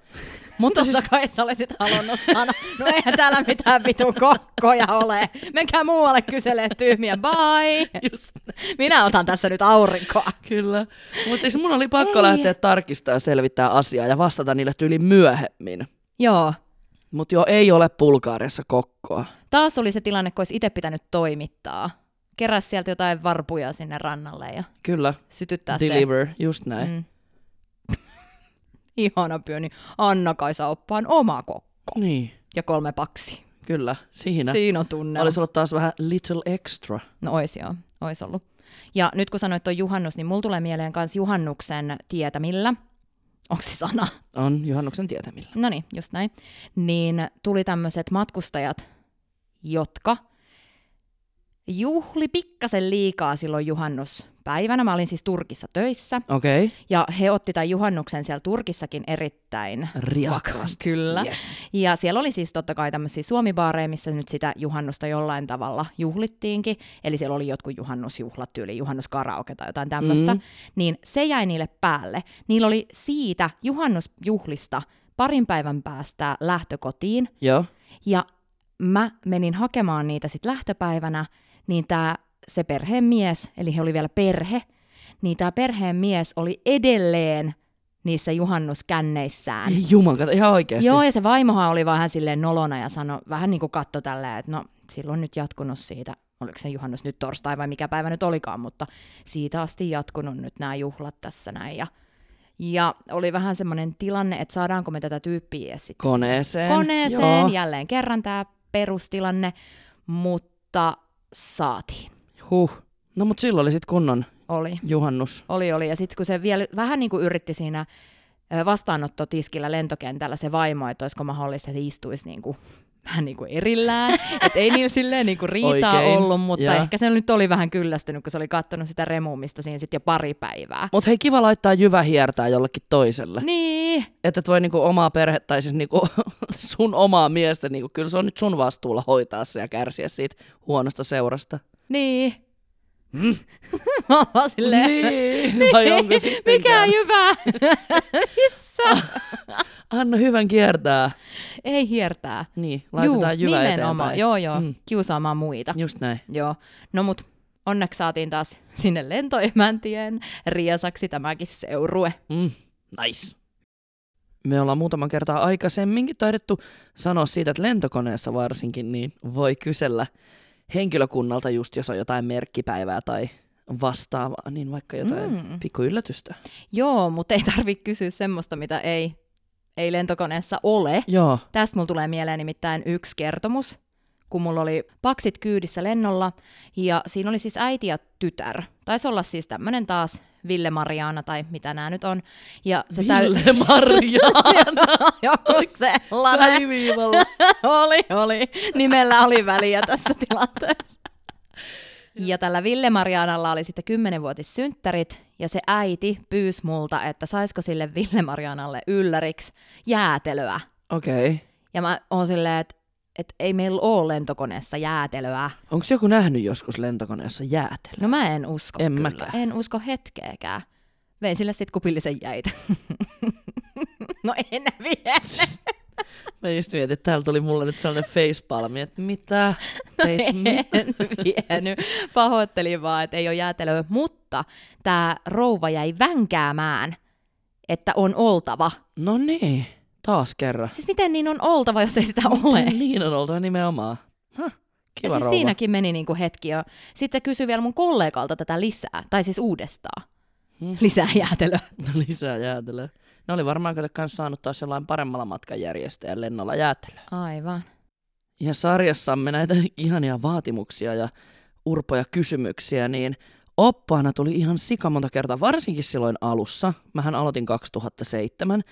Mutta siis,
Totta no kai sä olisit halunnut sanoa, no eihän täällä mitään vitun kokkoja ole. Menkää muualle kyselee tyhmiä, bye.
just,
Minä otan tässä nyt aurinkoa.
kyllä. Mutta siis mun oli pakko
Ei.
lähteä tarkistaa ja selvittää asiaa ja vastata niille tyyli myöhemmin.
Joo.
Mutta joo, ei ole Bulgaariassa kokkoa.
Taas oli se tilanne, kun olisi itse pitänyt toimittaa. Keräs sieltä jotain varpuja sinne rannalle ja
Kyllä,
sytyttää
deliver, just
se.
näin.
Mm. Ihana pyöni. Anna-Kaisa oppaan oma kokko
Niin,
ja kolme paksi.
kyllä, siinä.
No.
Si-
Siinä on tunne.
Olisi ollut taas vähän little extra.
No ois joo, ois ollut. Ja nyt kun sanoit tuon juhannus, niin mulla tulee mieleen myös juhannuksen tietämillä. Onko se sana?
On juhannuksen tietämillä.
No niin, just näin. Niin tuli tämmöiset matkustajat, jotka juhli pikkasen liikaa silloin juhannuspäivänä. Mä olin siis Turkissa töissä
Okei. Okay.
ja he otti tämän juhannuksen siellä Turkissakin erittäin
Riakkaasti.
Kyllä.
Yes.
Ja siellä oli siis totta kai tämmöisiä suomibaareja, missä nyt sitä juhannusta jollain tavalla juhlittiinkin. Eli siellä oli jotkut juhannusjuhlat, tyyli juhannuskaraoke tai jotain tämmöistä.
Mm.
Mm. Niin se jäi niille päälle. Niillä oli siitä juhannusjuhlista parin päivän päästä lähtökotiin.
Joo.
Ja mä menin hakemaan niitä sitten lähtöpäivänä, niin tää, se perheen mies, eli he oli vielä perhe, niin tämä perheen mies oli edelleen niissä juhannuskänneissään.
Ei jumalata, ihan oikeasti.
Joo, ja se vaimohan oli vähän silleen nolona ja sanoi, vähän niin kuin katto tälleen, että no, silloin on nyt jatkunut siitä, oliko se juhannus nyt torstai vai mikä päivä nyt olikaan, mutta siitä asti jatkunut nyt nämä juhlat tässä näin. Ja, ja oli vähän semmoinen tilanne, että saadaanko me tätä tyyppiä edes sitten
Koneeseen.
koneeseen.
Joo.
Jälleen kerran tämä perustilanne, mutta saatiin.
Huh. No mut silloin oli sit kunnon
Oli.
juhannus.
Oli, oli. Ja sitten kun se vielä vähän niin kuin yritti siinä ö, vastaanottotiskillä lentokentällä se vaimo, että olisiko mahdollista, että istuisi niin kuin, vähän niin kuin erillään. että ei niillä silleen niin kuin riitaa
Oikein,
ollut, mutta
joo.
ehkä se nyt oli vähän kyllästynyt, kun se oli kattonut sitä remuumista siinä sitten jo pari päivää.
Mut hei, kiva laittaa jyvä hiertää jollekin toiselle.
Niin,
Että et voi niinku omaa perhettä, tai siis niinku sun omaa miestä, niinku, kyllä se on nyt sun vastuulla hoitaa se ja kärsiä siitä huonosta seurasta.
niin. Mä oon vaan silleen,
Mm. Niin. Vai onko
mikä
sittenkään?
hyvä. Missä?
Anna hyvän kiertää.
ei hiertää.
Niin, laitetaan
Juu,
jyvä
nimenomaan.
eteenpäin.
Joo, joo.
Mm.
Mm. Kiusaamaan muita.
Just näin.
Joo, no mut onneksi saatiin taas sinne lentoemäntien riesaksi tämäkin seurue.
Mm. Nice. Me ollaan muutaman kertaa aikaisemminkin taidettu sanoa siitä, että lentokoneessa varsinkin niin voi kysellä henkilökunnalta just, jos on jotain merkkipäivää tai vastaavaa, niin vaikka jotain mm.
Mm.
pikku yllätystä.
Joo, mutta ei tarvi kysyä semmoista, mitä ei, ei lentokoneessa ole.
Joo.
Tästä mulla tulee mieleen nimittäin yksi kertomus, kun mulla oli paksit kyydissä lennolla, ja siinä oli siis äiti ja tytär. Taisi olla siis tämmönen taas Ville Mariana tai mitä nämä nyt on. Ja se
Ville Marjaana
Joku sellainen.
väliviivalla.
oli, oli. Nimellä oli väliä tässä tilanteessa. Ja tällä Ville Marianalla oli sitten 10-vuotis synttärit, ja se äiti pyysi multa, että saisiko sille Ville Marianalle ylläriksi jäätelöä.
Okei. Okay.
Ja mä oon silleen, että et ei meillä ole lentokoneessa jäätelöä.
Onko joku nähnyt joskus lentokoneessa jäätelö?
No mä en usko
En
kyllä.
mäkään.
En usko hetkeäkään. Vein sille sitten kupillisen jäitä. no en vielä.
Mä just mietin, että täällä tuli mulle nyt sellainen facepalmi, että mitä? Teit
en vienyt. Pahoittelin vaan, että ei ole jäätelöä. Mutta tämä rouva jäi vänkäämään, että on oltava.
No niin, taas kerran.
Siis miten niin on oltava, jos ei sitä ole?
Niin, Niin on oltava nimenomaan. Huh,
Ja
kiva
siis
rouva.
siinäkin meni niinku hetki jo. Sitten kysyi vielä mun kollegalta tätä lisää, tai siis uudestaan.
Hmm.
Lisää jäätelöä.
No Lisää jäätelöä. Ne oli varmaan kato kans saanut taas jollain paremmalla matkanjärjestäjän lennolla jäätelöä.
Aivan.
Ja sarjassamme näitä ihania vaatimuksia ja urpoja kysymyksiä, niin oppaana tuli ihan sika monta kertaa, varsinkin silloin alussa. Mähän aloitin 2007,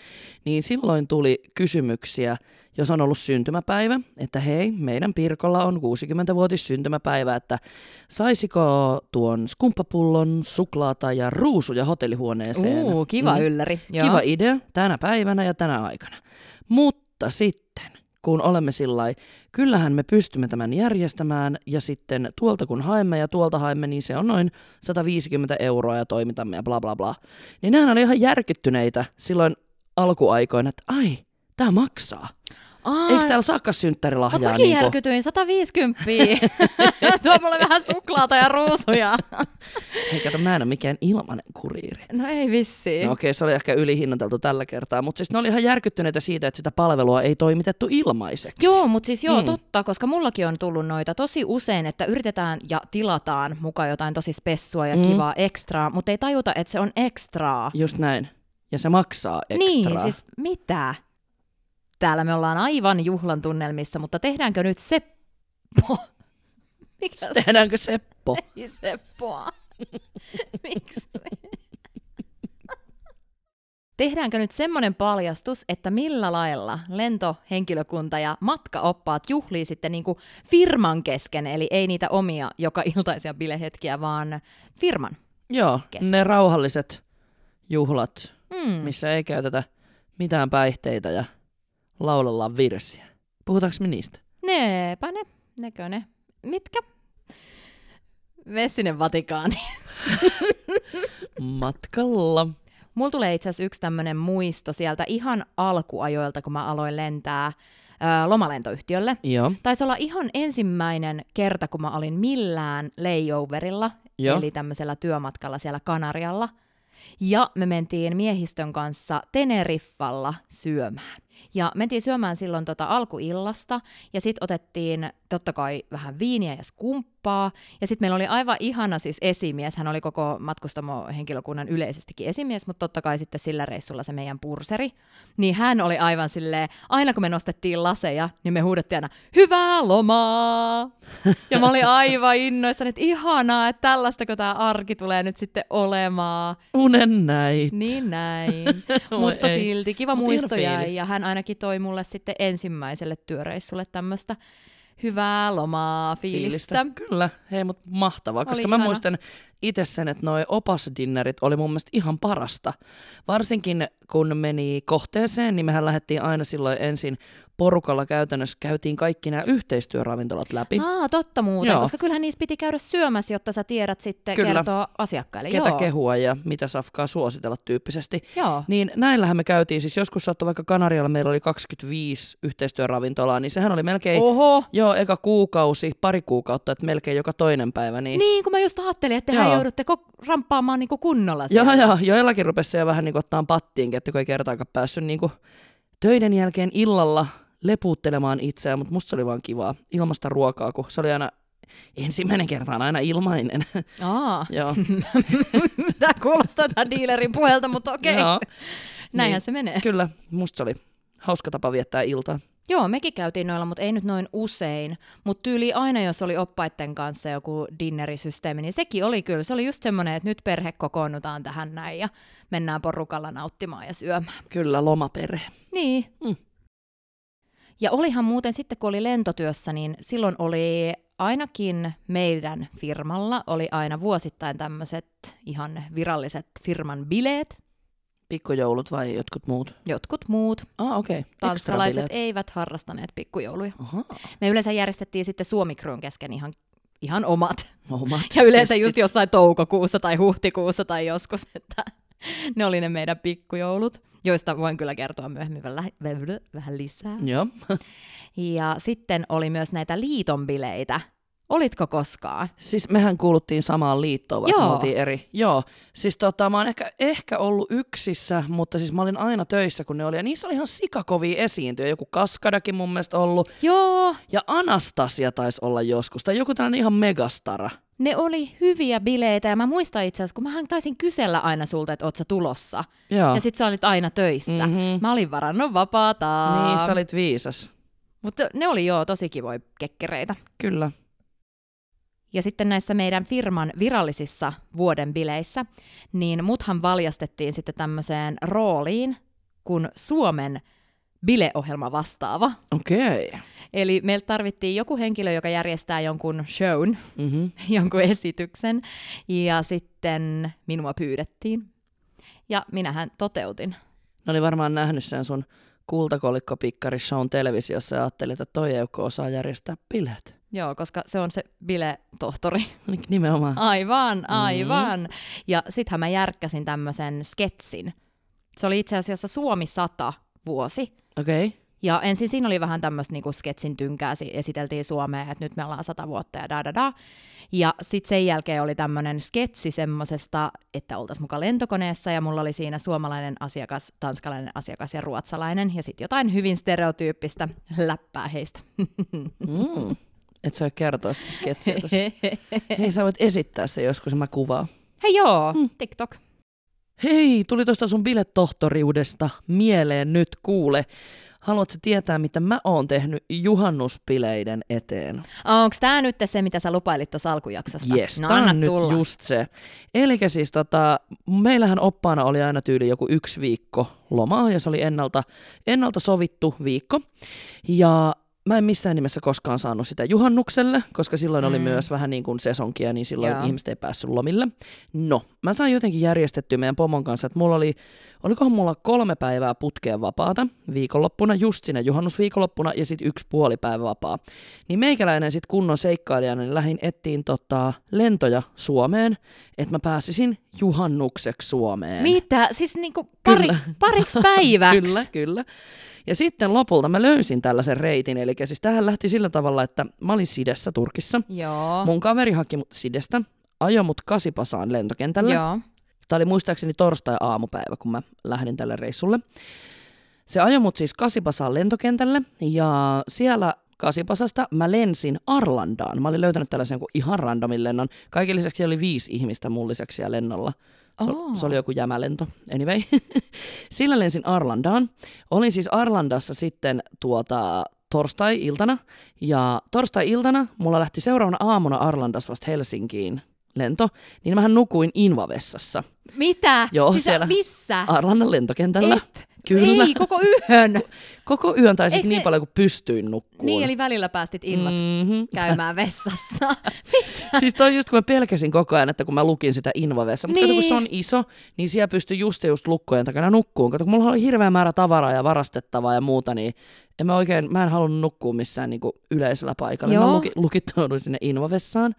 niin silloin tuli kysymyksiä, jos on ollut syntymäpäivä, että hei, meidän Pirkolla on 60-vuotis syntymäpäivä, että saisiko tuon skumppapullon, suklaata ja ruusuja hotellihuoneeseen?
Uu, kiva
Mm.
mm. ylläri. Joo.
Kiva idea tänä päivänä ja tänä aikana. Mutta sitten, kun olemme sillä kyllähän me pystymme tämän järjestämään ja sitten tuolta kun haemme ja tuolta haemme, niin se on noin 150 euroa ja toimitamme ja bla bla bla. Niin nämä oli ihan järkyttyneitä silloin alkuaikoina, että ai, tämä maksaa.
Ai,
Eikö täällä saakka
Mut
synttärilahjaa? niinku?
mäkin niin järkytyin, 150. Tuo mulle vähän suklaata ja ruusuja.
Hei, kato, mä en ole mikään ilmanen kuriiri.
No ei vissiin.
No okei, se oli ehkä ylihinnateltu tällä kertaa, mutta siis ne oli ihan järkyttyneitä siitä, että sitä palvelua ei toimitettu ilmaiseksi.
Joo, mutta siis joo,
Mm.
mm. totta, koska mullakin on tullut noita tosi usein, että yritetään ja tilataan mukaan jotain tosi spessua ja
Mm.
mm. kivaa ekstraa, mutta ei tajuta, että se on ekstraa.
Just näin. Ja se maksaa ekstra.
Niin, siis mitä? Täällä me ollaan aivan juhlan tunnelmissa, mutta tehdäänkö nyt Seppo? Mikä se
Tehdäänkö Seppo?
ei Seppoa? Miksi? Tehdäänkö nyt semmoinen paljastus, että millä lailla lentohenkilökunta ja matkaoppaat juhlii sitten niinku firman kesken, eli ei niitä omia joka iltaisia bilehetkiä, vaan firman.
Joo,
Kesken.
ne rauhalliset juhlat,
Mm.
missä ei käytetä mitään päihteitä ja laulellaan virsiä. Puhutaanko me niistä?
Neepä ne, nekö ne. Mitkä? Mene sinne Vatikaani.
Matkalla.
Mulla tulee itse asiassa yksi tämmöinen muisto sieltä ihan alkuajoilta, kun mä aloin lentää ö, lomalentoyhtiölle.
Joo.
Taisi olla ihan ensimmäinen kerta, kun mä olin millään layoverilla,
Joo.
eli tämmöisellä työmatkalla siellä Kanarialla. Ja me mentiin miehistön kanssa Teneriffalla syömään. Ja mentiin syömään silloin tota alkuillasta, ja sitten otettiin totta kai vähän viiniä ja skumppaa, ja sitten meillä oli aivan ihana siis esimies, hän oli koko matkustamohenkilökunnan yleisestikin esimies, mutta totta kai sitten sillä reissulla se meidän purseri, niin hän oli aivan silleen, aina kun me nostettiin laseja, niin me huudettiin aina, hyvää lomaa! Ja mä olin aivan innoissani, että ihanaa, että tällaistako tämä arki tulee nyt sitten olemaan.
Unen näit.
Niin näin.
Voi
Mutta
ei.
silti kiva
Mut
muisto
hieno
jäi,
fiilis.
ja hän ainakin toi mulle sitten ensimmäiselle työreissulle tämmöistä hyvää lomaa fiilistä.
fiilistä. Kyllä, hei, mutta mahtavaa, koska mä
ihana.
muistan itse sen, että noi opasdinnerit oli mun mielestä ihan parasta. Varsinkin kun meni kohteeseen, niin mehän lähdettiin aina silloin ensin porukalla käytännössä, käytiin kaikki nämä yhteistyöravintolat läpi.
Aa, totta muuten,
Joo.
koska kyllähän niistä piti käydä syömässä, jotta sä tiedät sitten
Kyllä.
kertoa asiakkaille.
ketä
Joo.
kehua ja mitä safkaa suositella tyyppisesti.
Joo.
Niin näillähän me käytiin, siis joskus saattoi vaikka Kanarialla meillä oli 25 yhteistyöravintolaa, niin sehän oli melkein, oh.
Oho.
joo, eka kuukausi, pari kuukautta, että melkein joka toinen päivä. Niin,
Niin, kun mä just ajattelin, että tehän
Joo.
joudutte kok- ramppaamaan niinku kunnolla
Joo,
siellä.
joo, joillakin rupesi jo vähän niinku ottaa pattiinkin, että kun ei kertaakaan päässyt niinku töiden jälkeen illalla lepuuttelemaan itseään, mutta musta se oli vaan kivaa. Ilmasta ruokaa, kun se oli aina ensimmäinen kerta on aina ilmainen.
Aa,
joo.
tämä kuulostaa tämän diilerin puhelta, mutta okei, okay.
joo.
näinhän
niin.
se menee.
Kyllä, musta se oli hauska tapa viettää iltaa.
Joo, mekin käytiin noilla, mutta ei nyt noin usein. Mutta tyyli aina, jos oli oppaitten kanssa joku dinnerisysteemi, niin sekin oli kyllä. Se oli just semmoinen, että nyt perhe kokoonnutaan tähän näin ja mennään porukalla nauttimaan ja syömään.
Kyllä, lomaperhe.
Niin.
Mm.
Ja olihan muuten sitten, kun oli lentotyössä, niin silloin oli ainakin meidän firmalla oli aina vuosittain tämmöiset ihan viralliset firman bileet.
Pikkujoulut vai jotkut muut?
Jotkut muut
Ah, okei. Okay.
tanskalaiset eivät harrastaneet pikkujouluja.
Aha,
Me yleensä järjestettiin sitten Suomikroon kesken ihan, ihan omat.
omat
Ja yleensä
testit.
just jossain toukokuussa tai huhtikuussa tai joskus, että ne oli ne meidän pikkujoulut, joista voin kyllä kertoa myöhemmin vähän lä- vähän lisää.
Joo.
Ja sitten oli myös näitä liitonbileitä. Olitko koskaan?
Siis mehän kuuluttiin samaan liittoon, vaikka Joo.
Joo.
me oltiin eri. Joo. Siis tota, mä oon ehkä, ehkä ollut yksissä, mutta siis mä olin aina töissä, kun ne oli. Ja niissä oli ihan sikakovia esiintyjä. Joku Kaskadakin mun mielestä ollut.
Joo,
Ja Anastasia taisi olla joskus. Tai joku tällainen ihan megastara.
ne oli hyviä bileitä ja mä muistan itse asiassa, kun mähän taisin kysellä aina sulta, että oot sä tulossa.
Joo.
Ja sit sä olit aina töissä.
Mhm.
Mä olin varannut vapaata.
Niin, sä olit viisas.
Mutta ne oli joo tosi kivoja kekkereitä.
Kyllä.
Ja sitten näissä meidän firman virallisissa vuoden bileissä, niin muthan valjastettiin sitten tämmöiseen rooliin, kun Suomen bileohjelma vastaava.
Okei. Okay.
Eli meiltä tarvittiin joku henkilö, joka järjestää jonkun shown,
Mm-hmm.
jonkun esityksen, ja sitten minua pyydettiin. Ja minähän toteutin.
Ne oli varmaan nähnyt sen sun kultakolikkopikkari shown televisiossa ja ajattelin, että toi eukko osaa järjestää bileet.
Joo, koska se on se bile-tohtori.
Nimenomaan.
Aivan, aivan. Mm. Ja sittenhän mä järkkäsin tämmöisen sketsin. Se oli itse asiassa Suomi 100 vuosi.
Okei. Okay.
Ja ensin siinä oli vähän tämmöistä niinku sketsin tynkää, si- esiteltiin Suomea, että nyt me ollaan sata vuotta ja da da da. Ja sitten sen jälkeen oli tämmöinen sketsi semmosesta, että oltaisiin muka lentokoneessa ja mulla oli siinä suomalainen asiakas, tanskalainen asiakas ja ruotsalainen. Ja sitten jotain hyvin stereotyyppistä läppää heistä.
Mm. Et sä voi kertoa sitä sketsiä tässä. Hei, sä voit esittää se joskus, mä kuvaan.
Hei joo, TikTok.
Hei, tuli tuosta sun biletohtoriudesta mieleen nyt kuule. Haluatko tietää, mitä mä oon tehnyt juhannuspileiden eteen?
Onko tämä nyt se, mitä sä lupailit tuossa alkujaksosta?
Jes,
no,
tää
anna
on nyt
tulla.
just se. Eli siis tota, meillähän oppaana oli aina tyyli joku yksi viikko lomaa ja se oli ennalta, ennalta sovittu viikko. Ja mä en missään nimessä koskaan saanut sitä juhannukselle, koska silloin mm. oli
Mm.
myös vähän niin kuin sesonkia, niin silloin
Joo.
ihmiset ei päässyt lomille. No, mä sain jotenkin järjestettyä meidän pomon kanssa, että mulla oli Olikohan mulla kolme päivää putkeen vapaata, viikonloppuna, just siinä juhannusviikonloppuna ja sitten yksi puoli päivä vapaa. Niin meikäläinen sitten kunnon seikkailijana niin lähin ettiin tota, lentoja Suomeen, että mä pääsisin juhannukseksi Suomeen.
Mitä? Siis niinku pari,
Kyllä.
pariksi päiväksi?
Kyllä, kyllä. Ja sitten lopulta mä löysin tällaisen reitin, eli siis tähän lähti sillä tavalla, että mä olin Sidessä Turkissa.
Joo.
Mun kaveri haki mut Sidestä, ajoi mut Kasipasaan lentokentälle.
Joo.
Tämä oli muistaakseni torstai-aamupäivä, kun mä lähdin tälle reissulle. Se ajoi mut siis Kasipasaan lentokentälle ja siellä Kasipasasta mä lensin Arlandaan. Mä olin löytänyt tällaisen jonkun ihan randomin lennon. Kaiken lisäksi siellä oli viisi ihmistä mun lisäksi siellä lennolla. Se,
Oh.
se oli joku jämälento. Anyway. Sillä lensin Arlandaan. Olin siis Arlandassa sitten tuota torstai-iltana. Ja torstai-iltana mulla lähti seuraavana aamuna Arlandasta vasta Helsinkiin lento. Niin mähän nukuin Invavessassa.
Mitä?
Joo,
siis
siellä-
missä?
Arlannan lentokentällä.
Et,
Kyllä.
Ei, koko yön.
Koko yön, tai siis
Eiks
niin
ne-
paljon kuin pystyin nukkuun.
niin, eli välillä päästit ilmat
Mm-hmm.
käymään vessassa.
Siis toi just, kun mä pelkäsin koko ajan, että kun mä lukin sitä invavessa. Mutta kato, kun
Niin.
se on iso, niin siellä pystyy just ja just lukkojen takana nukkuun. Kato, kun mulla oli hirveä määrä tavaraa ja varastettavaa ja muuta, niin en mä oikein, mä en halunnut nukkua missään niin yleisellä paikalla. Joo. Mä
Joo.
luki, lukittauduin sinne invavessaan.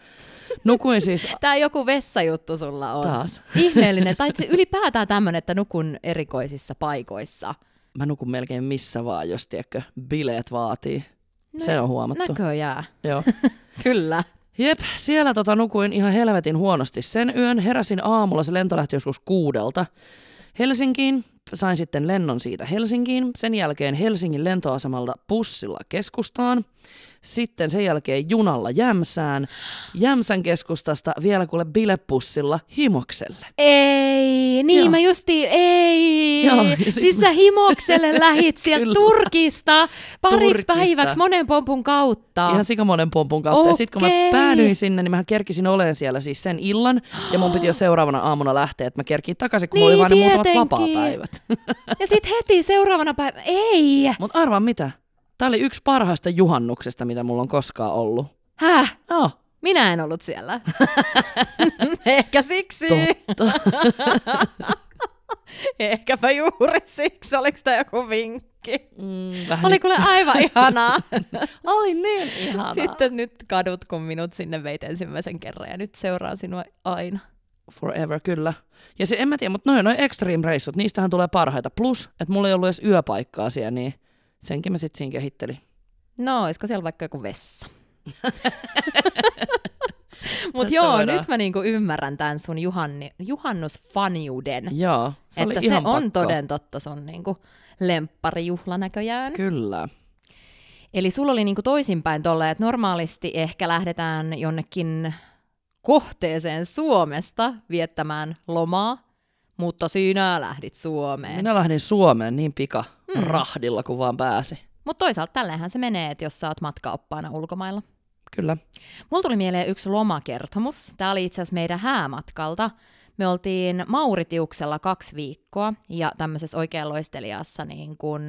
Nukuin siis
Tää joku vessajuttu sulla on.
taas.
Ihmeellinen. Tai itse ylipäätään tämmönen, että nukun erikoisissa paikoissa.
Mä nukun melkein missä vaan, jos tiedätkö, bileet vaatii. No, se on huomattu.
Näköjään.
Joo.
Kyllä.
Jep, siellä tota nukuin ihan helvetin huonosti sen yön. Heräsin aamulla, se lento lähti joskus kuudelta Helsinkiin. Sain sitten lennon siitä Helsinkiin. Sen jälkeen Helsingin lentoasemalta bussilla keskustaan. Sitten sen jälkeen junalla Jämsään. Jämsän keskustasta vielä kuule bilepussilla Himokselle.
Ei, niin
Joo.
Joo. mä justi, ei.
Joo,
Joo,
ja sit-
siis sä himokselle lähit sieltä
Kyllä.
Turkista pariksi
Turkista.
päiväksi monen pompun kautta.
Ihan sikamonen pompun kautta. Ja sitten kun mä
Ah. Okei.
päädyin sinne, niin mä kerkisin oleen siellä siis sen illan. Ja mun piti jo seuraavana aamuna lähteä, että mä kerkin takaisin, kun mulla oli
Niin,
vain ne muutamat
tietenkin.
vapaapäivät.
Ja sit heti seuraavana päivänä, ei.
Mutta arvaa mitä? Tämä oli yksi parhaista juhannuksesta, mitä mulla on koskaan ollut.
Häh?
Oh,
Minä en ollut siellä. Ehkä siksi.
totta.
Ehkäpä juuri siksi. Oliko tämä joku vinkki?
Mm, vähän
Oli kuule aivan ihanaa.
niin, oli niin ihanaa. Sitten.
Sitten nyt kadut, kun minut sinne veit ensimmäisen kerran ja nyt seuraan sinua aina.
Forever, kyllä. Ja se, en mä tiedä, mutta noin noi extreme reissut, niistähän tulee parhaita. Plus, että mulla ei ollut edes yöpaikkaa siellä, niin senkin mä sitten siinä kehittelin.
No, olisiko siellä vaikka joku vessa? Mutta
Tästä
joo,
voidaan.
nyt mä niinku ymmärrän tämän sun juhanni, juhannusfaniuden.
Joo, se oli
että se
ihan
on
pakko.
toden totta sun niinku lempparijuhla näköjään.
Kyllä.
Eli sulla oli niinku toisinpäin tolle, että normaalisti ehkä lähdetään jonnekin kohteeseen Suomesta viettämään lomaa, mutta sinä lähdit Suomeen. Minä...
Minä lähdin Suomeen niin pika
Mm.
rahdilla kuin vaan pääsi.
Mutta toisaalta tälleenhän se menee, että jos sä oot matkaoppaana ulkomailla.
Kyllä.
Mulla tuli mieleen yksi lomakertomus. Tämä oli itse asiassa meidän häämatkalta. Me oltiin Mauritiuksella kaksi viikkoa ja tämmöisessä oikein loistelijassa niin kuin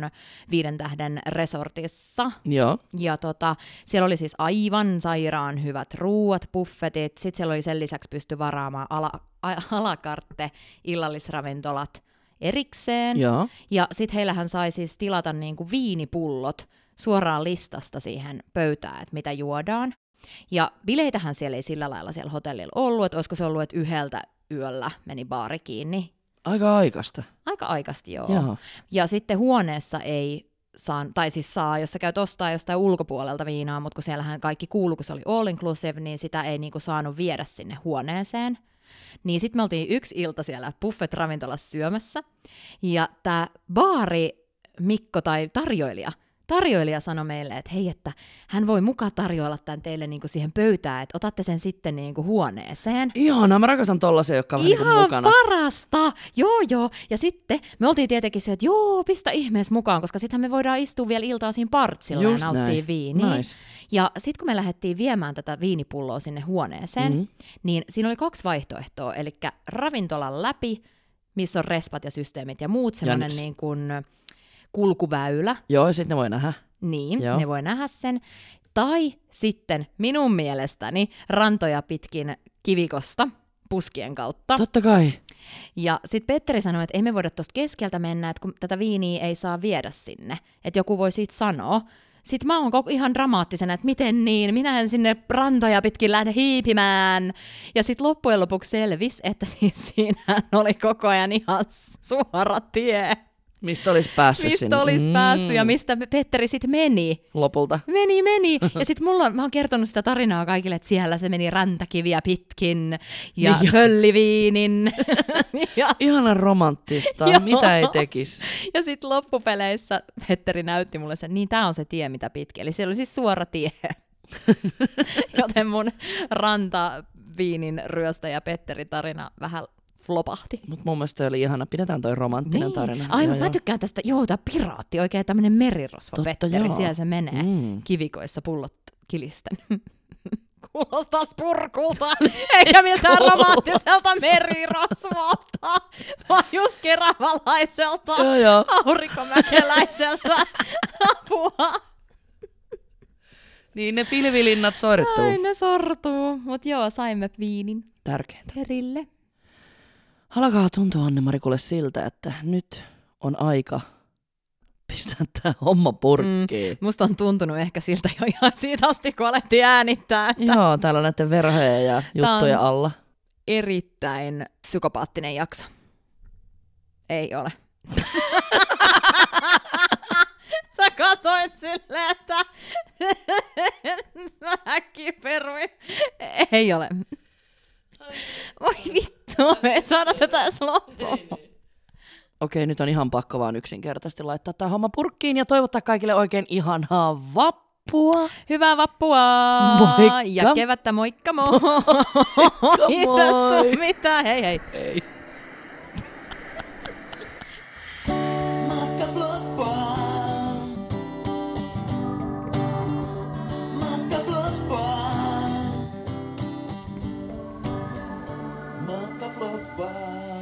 viiden tähden resortissa.
Joo.
Ja tota, siellä oli siis aivan sairaan hyvät ruuat, buffetit. Sitten siellä oli sen lisäksi pysty varaamaan ala, a- alakartte, illallisravintolat erikseen.
Joo.
Ja sitten heillähän sai siis tilata niin kuin viinipullot suoraan listasta siihen pöytään, että mitä juodaan. Ja bileitähän siellä ei sillä lailla siellä hotellilla ollut, että olisiko se ollut, että yhdeltä yöllä meni baari kiinni.
Aika aikaista.
Aika aikasti joo.
Joo.
Ja sitten huoneessa ei saa, tai siis saa, jos sä käyt ostaa jostain ulkopuolelta viinaa, mutta kun siellähän kaikki kuuluu, kun se oli all inclusive, niin sitä ei niinku saanut viedä sinne huoneeseen. Niin sitten me oltiin yksi ilta siellä buffet-ravintolassa syömässä, ja tämä baari Mikko tai tarjoilija, tarjoilija sanoi meille, että hei, että hän voi muka tarjoilla tämän teille niinku siihen pöytään, että otatte sen sitten niinku huoneeseen.
Ihanaa, mä rakastan tollasia, jotka on vähän niinku
Ihan
mukana.
parasta! Joo, joo. Ja sitten me oltiin tietenkin se, että joo, pistä ihmeessä mukaan, koska sittenhän me voidaan istua vielä iltaa siinä partsilla
Just
ja nauttia
näin.
viiniä.
Nice.
Ja sitten kun me lähdettiin viemään tätä viinipulloa sinne huoneeseen,
Mhm.
mm-hmm. niin siinä oli kaksi vaihtoehtoa. Eli ravintolan läpi, missä on respat ja systeemit ja muut, semmoinen
Jäniks.
niin kuin kulkuväylä,
Joo, ja sitten ne voi nähdä.
niin,
Joo.
Joo. ne voi nähdä sen. Tai sitten minun mielestäni rantoja pitkin kivikosta puskien kautta.
Totta kai.
Ja sitten Petteri sanoi, että ei me voida tuosta keskeltä mennä, että kun tätä viiniä ei saa viedä sinne. Että joku voi siitä sanoa. Sitten mä oon koko ihan dramaattisena, että miten niin, minä en sinne rantoja pitkin lähde hiipimään. Ja sitten loppujen lopuksi selvisi, että siis siinä oli koko ajan ihan suora tie.
Mistä olisi päässyt sinne? Mm.
Mistä olisi päässyt ja mistä Petteri sitten meni.
Lopulta.
Meni, meni. Ja sitten mulla, on- mä oon kertonut sitä tarinaa kaikille, että siellä se meni rantakiviä pitkin ja
Niin.
hölliviinin. ja,
Ihanan romanttista.
Joo.
Mitä ei tekisi?
ja sitten loppupeleissä Petteri näytti mulle sen, niin tämä on se tie, mitä pitkin. Eli se oli siis suora tie. Joten mun rantaviinin ryöstä ja Petteri tarina vähän flopahti. Niin.
Mutta mun mielestä toi oli ihana. Pidetään toi romanttinen tarina.
Ai,
Joo,
mä
joo.
tykkään tästä, joo, tämä piraatti, oikein tämmöinen merirosvo
Totta,
Petteri,
joo.
siellä se menee.
Mm.
kivikoissa pullot kilisten. Kuulostaa spurkulta, eikä miltään romanttiselta merirosvolta, vaan just keravalaiselta
Joo, joo.
aurinkomäkeläiseltä apua.
Niin ne pilvilinnat sortuu.
Ai ne sortuu, mut joo, saimme viinin
Tärkeintä.
perille.
Alkaa tuntua Anne-Marikulle siltä, että nyt on aika pistää tää homma purkkiin.
Musta on tuntunut ehkä siltä jo ihan siitä asti, kun alettiin äänittää, että
Joo, täällä näiden verhojen ja juttujen alla.
erittäin psykopaattinen jakso. Ei ole. Sä katsoit silleen, että mä äkkiä peruin. Ei ole. Voi vittu, me ei saada tätä edes loppuun.
Okei, nyt on ihan pakko vaan yksinkertaisesti laittaa tämä homma purkkiin ja toivottaa kaikille oikein ihanaa vappua.
Hyvää vappua!
Moikka.
Ja kevättä moikka moi! Ei tässä
moi.
ole mitään, hei hei.
Ei.
Matka floppaa. Matka floppaa. Matka floppaa.